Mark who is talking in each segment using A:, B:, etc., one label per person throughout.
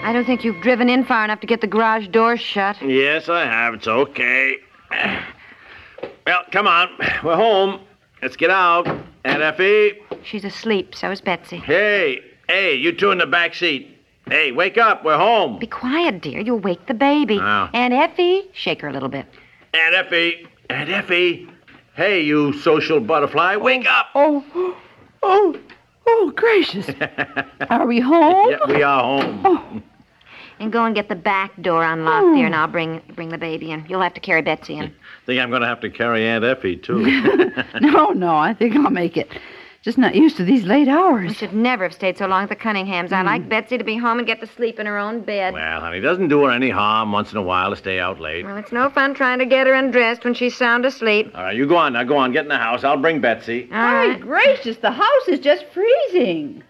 A: I don't think you've driven in far enough to get the garage door shut.
B: Yes, I have. It's okay. Well, come on. We're home. Let's get out. Aunt Effie.
A: She's asleep, so is Betsy.
B: Hey, hey, you two in the back seat. Hey, wake up. We're home.
A: Be quiet, dear. You'll wake the baby.
B: Oh.
A: And Effie, shake her a little bit.
B: Aunt Effie. Aunt Effie. Hey, you social butterfly. Wake up.
C: Oh, oh, oh, gracious. Are we home?
B: Yeah, we are home.
A: And go and get the back door unlocked, dear, and I'll bring bring the baby in. You'll have to carry Betsy in.
B: Think I'm going to have to carry Aunt Effie, too.
C: No, no, I think I'll make it. Just not used to these late
A: I
C: hours.
A: should never have stayed so long at the Cunninghams. I like Betsy to be home and get to sleep in her own bed. Hmm. Well,
B: well, honey, doesn't do her any harm once in a while to stay out late.
A: it's no fun trying to get her undressed when she's sound asleep.
B: All right, you go on now. Go on. Get in the house. I'll bring Betsy.
A: All right.
C: gracious, the house is just freezing.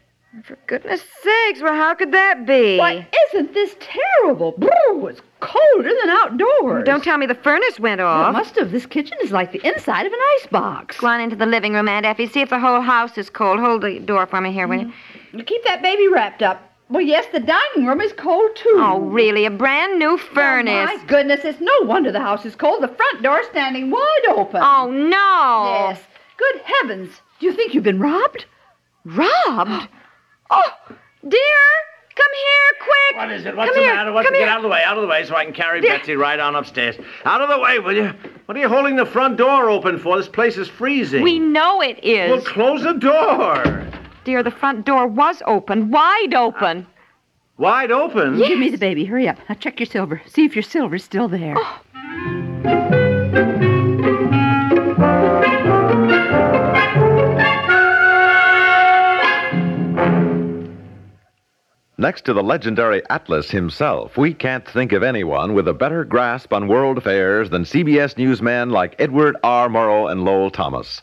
A: For goodness sakes, well, how could that be?
C: Why, isn't this terrible? Brr, it's colder than outdoors.
A: Don't tell me the furnace went off.
C: It must have. This kitchen is like the inside of an icebox.
A: Go on into the living room, Aunt Effie. See if the whole house is cold. Hold the door for me here, will
C: Mm.
A: you?
C: Keep that baby wrapped up. Well, yes, the dining room is cold, too.
A: Oh, really? A brand new furnace.
C: Oh, my goodness, it's no wonder the house is cold. The front door standing wide open.
A: Oh, no.
C: Yes. Good heavens. Do you think you've been robbed?
A: Robbed? oh, dear. Come here, quick.
B: What is it? What's
A: Come
B: the
A: here.
B: matter? What's
A: Come
B: get
A: here.
B: out of the way? Out of the way so I can carry
A: There.
B: Betsy right on upstairs. Out of the way, will you? What are you holding the front door open for? This place is freezing.
A: We know it is.
B: Well, close the door.
A: dear, the front door was open, wide open.
B: Wide open.
C: Give me the baby. Hurry up. Now check your silver. See if your silver's still there.
D: Next to the legendary Atlas himself, we can't think of anyone with a better grasp on world affairs than CBS newsmen like Edward R. Murrow and Lowell Thomas.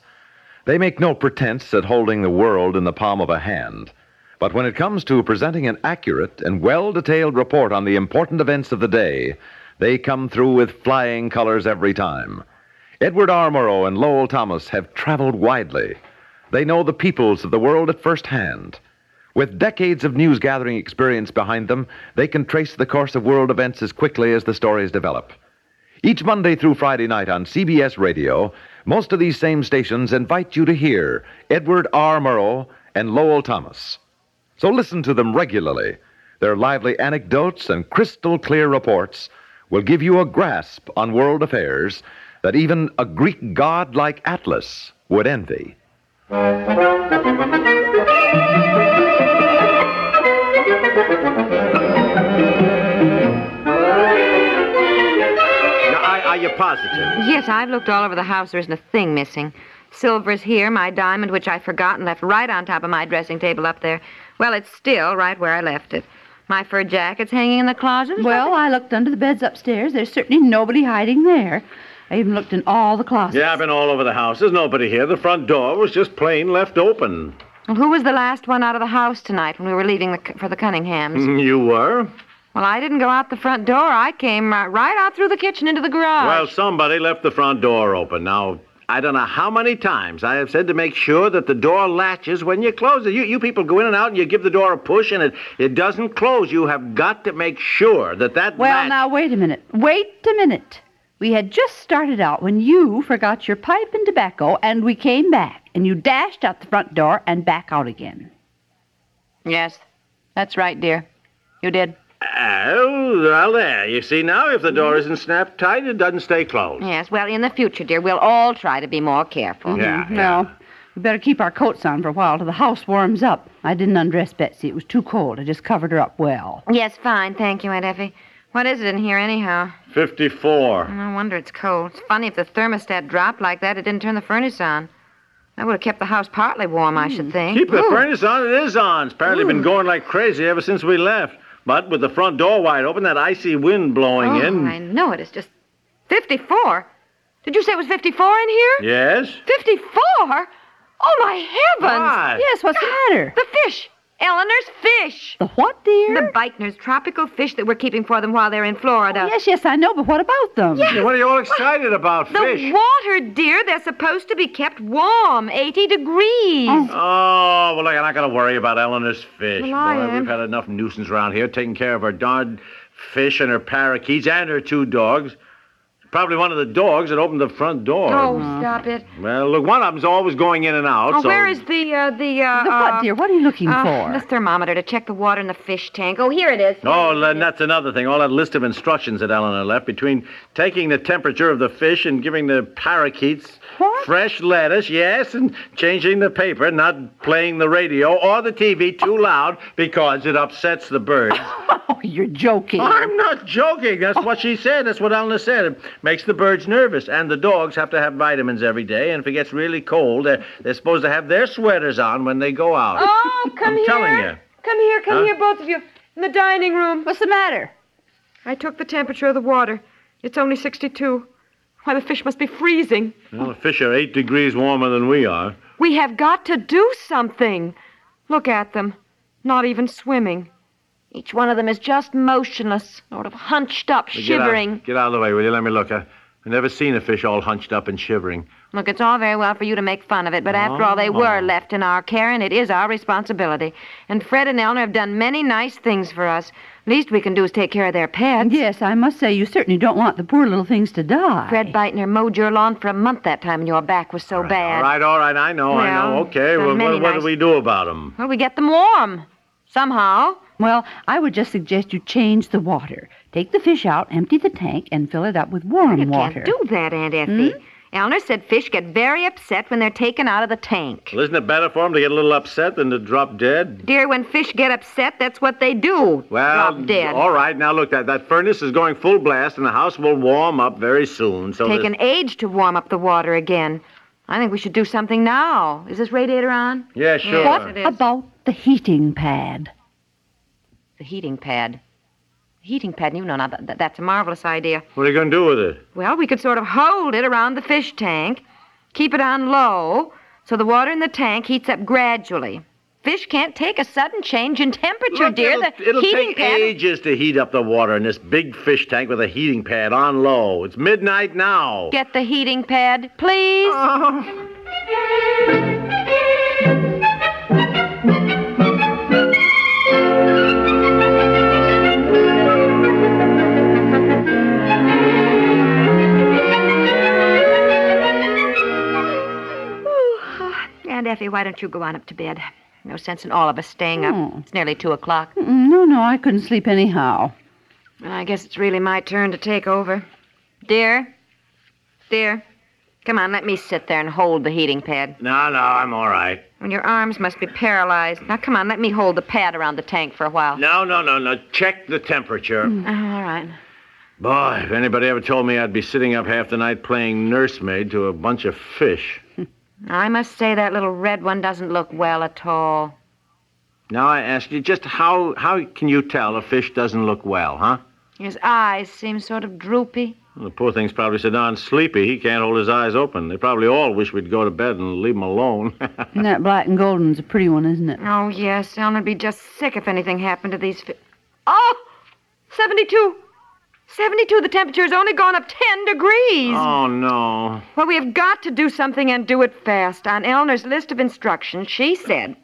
D: They make no pretense at holding the world in the palm of a hand. But when it comes to presenting an accurate and well detailed report on the important events of the day, they come through with flying colors every time. Edward R. Murrow and Lowell Thomas have traveled widely. They know the peoples of the world at first hand. With decades of news gathering experience behind them, they can trace the course of world events as quickly as the stories develop. Each Monday through Friday night on CBS Radio, most of these same stations invite you to hear Edward R. Murrow and Lowell Thomas. So listen to them regularly. Their lively anecdotes and crystal clear reports will give you a grasp on world affairs that even a Greek god like Atlas would envy.
B: Now, are, are you positive?
A: Yes, I've looked all over the house. There isn't a thing missing. Silver's here, my diamond, which I forgot and left right on top of my dressing table up there. Well, it's still right where I left it. My fur jacket's hanging in the closet.
C: Well, I looked under the beds upstairs. There's certainly nobody hiding there. I even looked in all the closets.
B: Yeah, I've been all over the house. There's nobody here. The front door was just plain left open.
A: Well, who was the last one out of the house tonight when we were leaving the, for the Cunninghams?
B: You were?
A: Well, I didn't go out the front door. I came uh, right out through the kitchen into the garage.
B: Well, somebody left the front door open. Now, I don't know how many times I have said to make sure that the door latches when you close it. You, you people go in and out and you give the door a push and it, it doesn't close. You have got to make sure that that
C: Well,
B: latch...
C: now, wait a minute. Wait a minute. We had just started out when you forgot your pipe and tobacco, and we came back, and you dashed out the front door and back out again.
A: yes, that's right, dear. You did.
B: Oh, well, there. You see now, if the door isn't snapped tight, it doesn't stay closed.
A: Yes, well, in the future, dear, we'll all try to be more careful.
B: Yeah, yeah.
C: Mm-hmm. Well, we better keep our coats on for a while till the house warms up. I didn't undress Betsy. It was too cold. I just covered her up well.
A: Yes, fine. Thank you, Aunt Effie. What is it in here, anyhow?
B: 54.
A: No wonder it's cold. It's funny if the thermostat dropped like that, it didn't turn the furnace on. That would have kept the house partly warm, I should think.
B: Mm. Keep the
A: Ooh.
B: furnace on. It is on. It's apparently been going like crazy ever since we left. But with the front door wide open, that icy wind blowing
A: Oh,
B: in.
A: I know it. It's just 54. Did you say it was 54 in here?
B: Yes?
A: 54? Oh, my heavens!
B: Why?
C: Yes, what's the matter?
A: The fish. Eleanor's fish.
C: The what, dear?
A: The Beichner's tropical fish that we're keeping for them while they're in Florida.
C: Oh, Yes, yes, I know, but what about them?
B: Yeah, What are you all excited about,
A: The
B: fish?
A: water, dear, they're supposed to be kept warm, 80 degrees.
B: Oh, well, look, I'm not going to worry about Eleanor's fish.
A: Well,
B: Boy,
A: I am.
B: we've had enough nuisance around here taking care of her darned fish and her parakeets and her two dogs. Probably one of the dogs that opened the front door.
A: Oh, stop it.
B: Well, look, one of them's always going in and out.
A: Oh,
B: so
A: where is the, uh, the, uh.
C: The
A: uh,
C: what, dear? What are you looking
A: uh,
C: for?
A: the thermometer to check the water in the fish tank. Oh, here it is.
B: Oh, then that's another thing. All that list of instructions that Eleanor left between taking the temperature of the fish and giving the parakeets
C: What?
B: fresh lettuce, yes, and changing the paper, not playing the radio or the TV too loud because it upsets the birds.
C: Oh, you're joking.
B: I'm not joking. That's what she said. That's what Eleanor said. It makes the birds nervous, and the dogs have to have vitamins every day. And if it gets really cold, they're, they're supposed to have their sweaters on when they go out.
A: Oh, come
B: I'm
A: here.
B: telling you.
A: Come here, come
B: Huh?
A: here, both of you. In the dining room.
C: What's the matter?
A: I took the temperature of the water. It's only 62. Why, the fish must be freezing.
B: Well, the fish are eight degrees warmer than we are.
A: We have got to do something. Look at them. Not even swimming. Each one of them is just motionless, sort of hunched up,
B: Get out-
A: shivering.
B: Get out, of the way, will you? Let me look. I, I've never seen a fish all hunched up and shivering.
A: Look, it's all very well for you to make fun of it, but after
B: Oh.
A: all, they were left in our care, and it is our responsibility. And Fred and Eleanor have done many nice things for us. Least we can do is take care of their pets.
C: Yes, I must say, you certainly don't want the poor little things to die.
A: Fred Beitner mowed your lawn for a month that time, and your back was so bad.
B: All right, all right. I know, I know.
A: Well,
B: Okay.
A: done
B: Well,
A: many
B: what, what
A: nice-
B: do we do about them?
A: Well, we get them warm. Somehow.
C: Well, I would just suggest you change the water. Take the fish out, empty the tank, and fill it up with warm
A: You
C: water.
A: can't do that, Aunt Effie.
B: Hmm?
A: Eleanor said fish get very upset when they're taken out of the tank.
B: Well, isn't it better for them to get a little upset than to drop dead?
A: Dear, when fish get upset, that's what they do.
B: Well,
A: drop dead.
B: all right. Now, look, that, that furnace is going full blast, and the house will warm up very soon. So
A: Take
B: this-
A: an age to warm up the water again. I think we should do something now. Is this radiator on?
B: Yeah, sure.
A: Yes, it is.
C: About the heating pad.
A: The heating pad. The heating pad, you know, now that, that's a marvelous idea.
B: What are you going to do with it?
A: Well, we could sort of hold it around the fish tank, keep it on low, so the water in the tank heats up gradually. Fish can't take a sudden change in temperature,
B: Look,
A: dear.
B: it'll,
A: the
B: it'll
A: heating
B: take
A: pad.
B: ages to heat up the water in this big fish tank with a heating pad on low. It's midnight now.
A: Get the heating pad, please. Oh, Aunt Effie, why don't you go on up to bed? No sense in all of us staying up. It's nearly two o'clock.
C: Mm, No, no, I couldn't sleep anyhow.
A: I guess it's really my turn to take over. Dear, dear, come on, let me sit there and hold the heating pad.
B: No, no, I'm all right.
A: And your arms must be paralyzed. Now, come on, let me hold the pad around the tank for a while.
B: No, no, no, no. Check the temperature.
A: Oh, all right.
B: Boy, if anybody ever told me I'd be sitting up half the night playing nursemaid to a bunch of fish.
A: I must say that little red one doesn't look well at all.
B: Now I ask you, just how how can you tell a fish doesn't look well, huh?
A: His eyes seem sort of droopy.
B: Well, the poor thing's probably so darn sleepy he can't hold his eyes open. They probably all wish we'd go to bed and leave him alone.
C: And that black and golden's a pretty one, isn't it?
A: Oh, yes, Eleanor'd be just sick if anything happened to these fish. Oh, 72. 72, the temperature's only gone up 10 degrees.
B: oh no.
A: Well, we have got to do something and do it fast. On Eleanor's list of instructions, she said,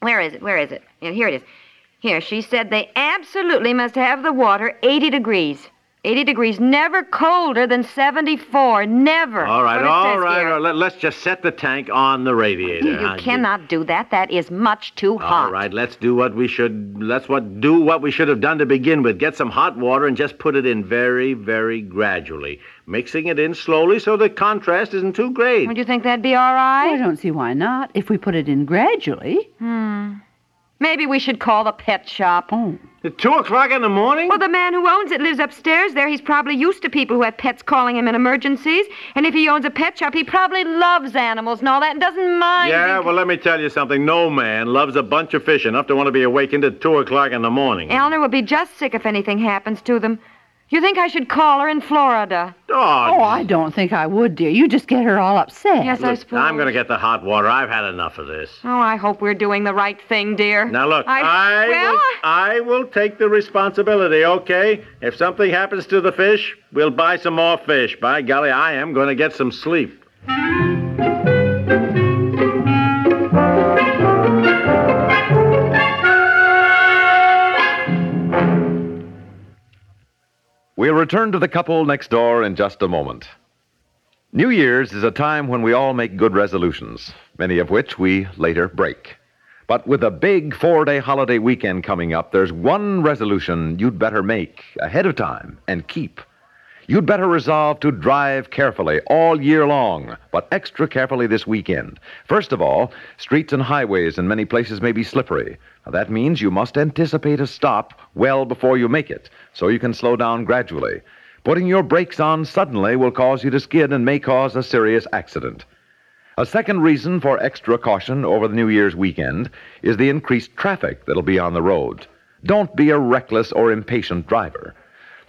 A: Where is it? Where is it? Yeah, here it is. Here, she said they absolutely must have the water 80 degrees. 80 degrees, never colder than 74. Never.
B: All right,
A: That's what it
B: all
A: says
B: right,
A: here.
B: all right. Let's just set the tank on the radiator.
A: You
B: huh?
A: cannot do that. That is much too hot.
B: All right, let's do what we should. Let's what do what we should have done to begin with. Get some hot water and just put it in very, very gradually, mixing it in slowly so the contrast isn't too great.
A: Would you think that'd be all
C: I
A: right?
C: don't see why not. If we put it in gradually.
A: Maybe Maybe we should call the pet shop.
C: Oh.
B: At two o'clock in the morning?
A: Well, the man who owns it lives upstairs there. He's probably used to people who have pets calling him in emergencies. And if he owns a pet shop, he probably loves animals and all that and doesn't mind.
B: yeah,
A: being-
B: well, let me tell you something. No man loves a bunch of fish enough to want to be awakened at two o'clock in the morning.
A: Eleanor will be just sick if anything happens to them. You think I should call her in Florida?
B: oh,
C: Oh, I don't think I would, dear. You just get her all upset.
A: Yes, I
B: look,
A: suppose.
B: I'm going to get the hot water. I've had enough of this.
A: Oh, I hope we're doing the right thing, dear.
B: Now look, I,
A: well,
B: will, I will take the responsibility, okay? If something happens to the fish, we'll buy some more fish. By golly, I am going to get some sleep.
D: We'll return to the couple next door in just a moment. New Year's is a time when we all make good resolutions, many of which we later break. But with a big four day holiday weekend coming up, there's one resolution you'd better make ahead of time and keep. You'd better resolve to drive carefully all year long, but extra carefully this weekend. First of all, streets and highways in many places may be slippery. Now, that means you must anticipate a stop well before you make it, so you can slow down gradually. Putting your brakes on suddenly will cause you to skid and may cause a serious accident. A second reason for extra caution over the New Year's weekend is the increased traffic that'll be on the road. Don't be a reckless or impatient driver.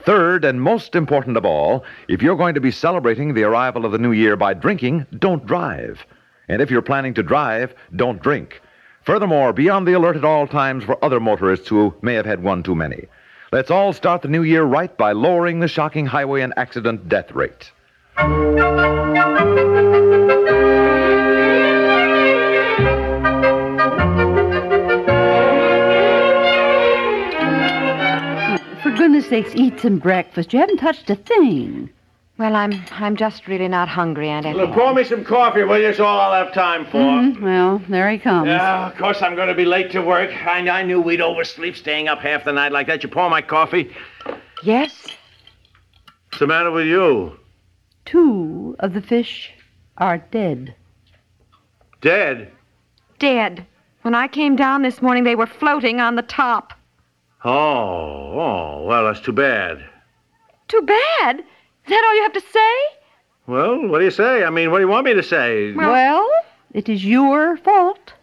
D: Third, and most important of all, if you're going to be celebrating the arrival of the new year by drinking, don't drive. And if you're planning to drive, don't drink. Furthermore, be on the alert at all times for other motorists who may have had one too many. Let's all start the new year right by lowering the shocking highway and accident death rate.
C: For goodness sakes, eat some breakfast. You haven't touched a thing.
A: well, I'm I'm just really not hungry, Aunt Effie.
B: Look, pour me some coffee, will you? It's all I'll have time for.
A: Mm-hmm.
C: Hmm, Well, there he comes.
B: Yeah, of course I'm going to be late to work. I, I knew we'd oversleep staying up half the night like that. You pour my coffee?
A: Yes?
B: What's the matter with you?
C: Two of the fish are dead.
B: Dead?
A: Dead. When I came down this morning, they were floating on the top.
B: Oh, oh, well, that's too bad.
A: Too bad. Is that all you have to say?
B: Well, what do you say? I mean, what do you want me to say?
A: Well-
C: Well, it is your fault.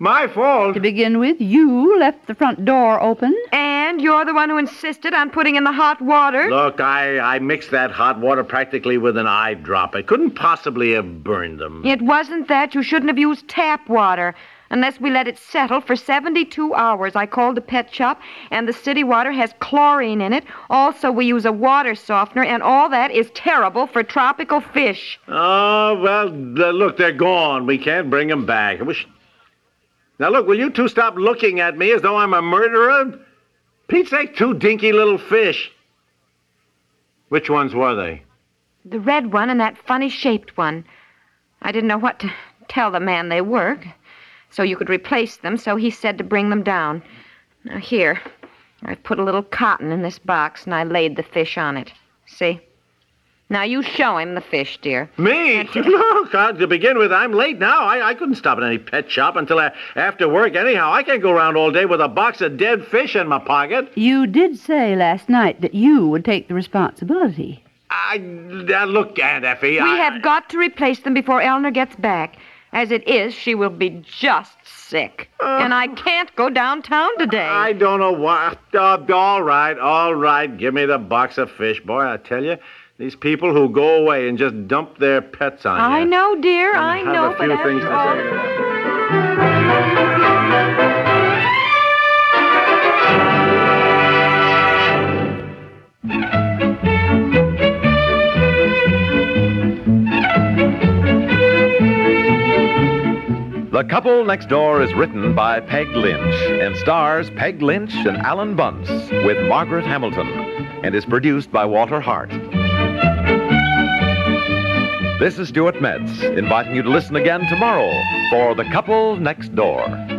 B: My fault.
C: To begin with, you left the front door open.
A: And you're the one who insisted on putting in the hot water.
B: Look, I, I mixed that hot water practically with an eyedrop. It couldn't possibly have burned them.
A: It wasn't that. You shouldn't have used tap water. Unless we let it settle for 72 hours. I called the pet shop, and the city water has chlorine in it. Also, we use a water softener, and all that is terrible for tropical fish.
B: Oh, well, th- look, they're gone. We can't bring them back. I wish. Now, look, will you two stop looking at me as though I'm a murderer? Pete's sake, two dinky little fish. Which ones were they?
A: The red one and that funny shaped one. I didn't know what to tell the man they were, so you could replace them, so he said to bring them down. Now, here, I put a little cotton in this box and I laid the fish on it. See? Now, you show him the fish, dear.
B: Me? Look, uh, to begin with, I'm late now. I, I couldn't stop at any pet shop until a- after work, anyhow. I can't go around all day with a box of dead fish in my pocket.
C: You did say last night that you would take the responsibility.
B: I. Uh, look, Aunt Effie.
A: We have got to replace them before Eleanor gets back. As it is, she will be just sick. and I can't go downtown today.
B: I don't know why. Uh, all right, all right. Give me the box of fish, boy. I tell you, these people who go away and just dump their pets on you.
A: I know, dear,
B: and
A: I
B: have
A: know,
B: a
A: but
B: few
A: after
B: things to
A: all-
B: say about it.
D: The Couple Next Door is written by Peg Lynch and stars Peg Lynch and Alan Bunce with Margaret Hamilton and is produced by Walter Hart. This is Stuart Metz inviting you to listen again tomorrow for The Couple Next Door.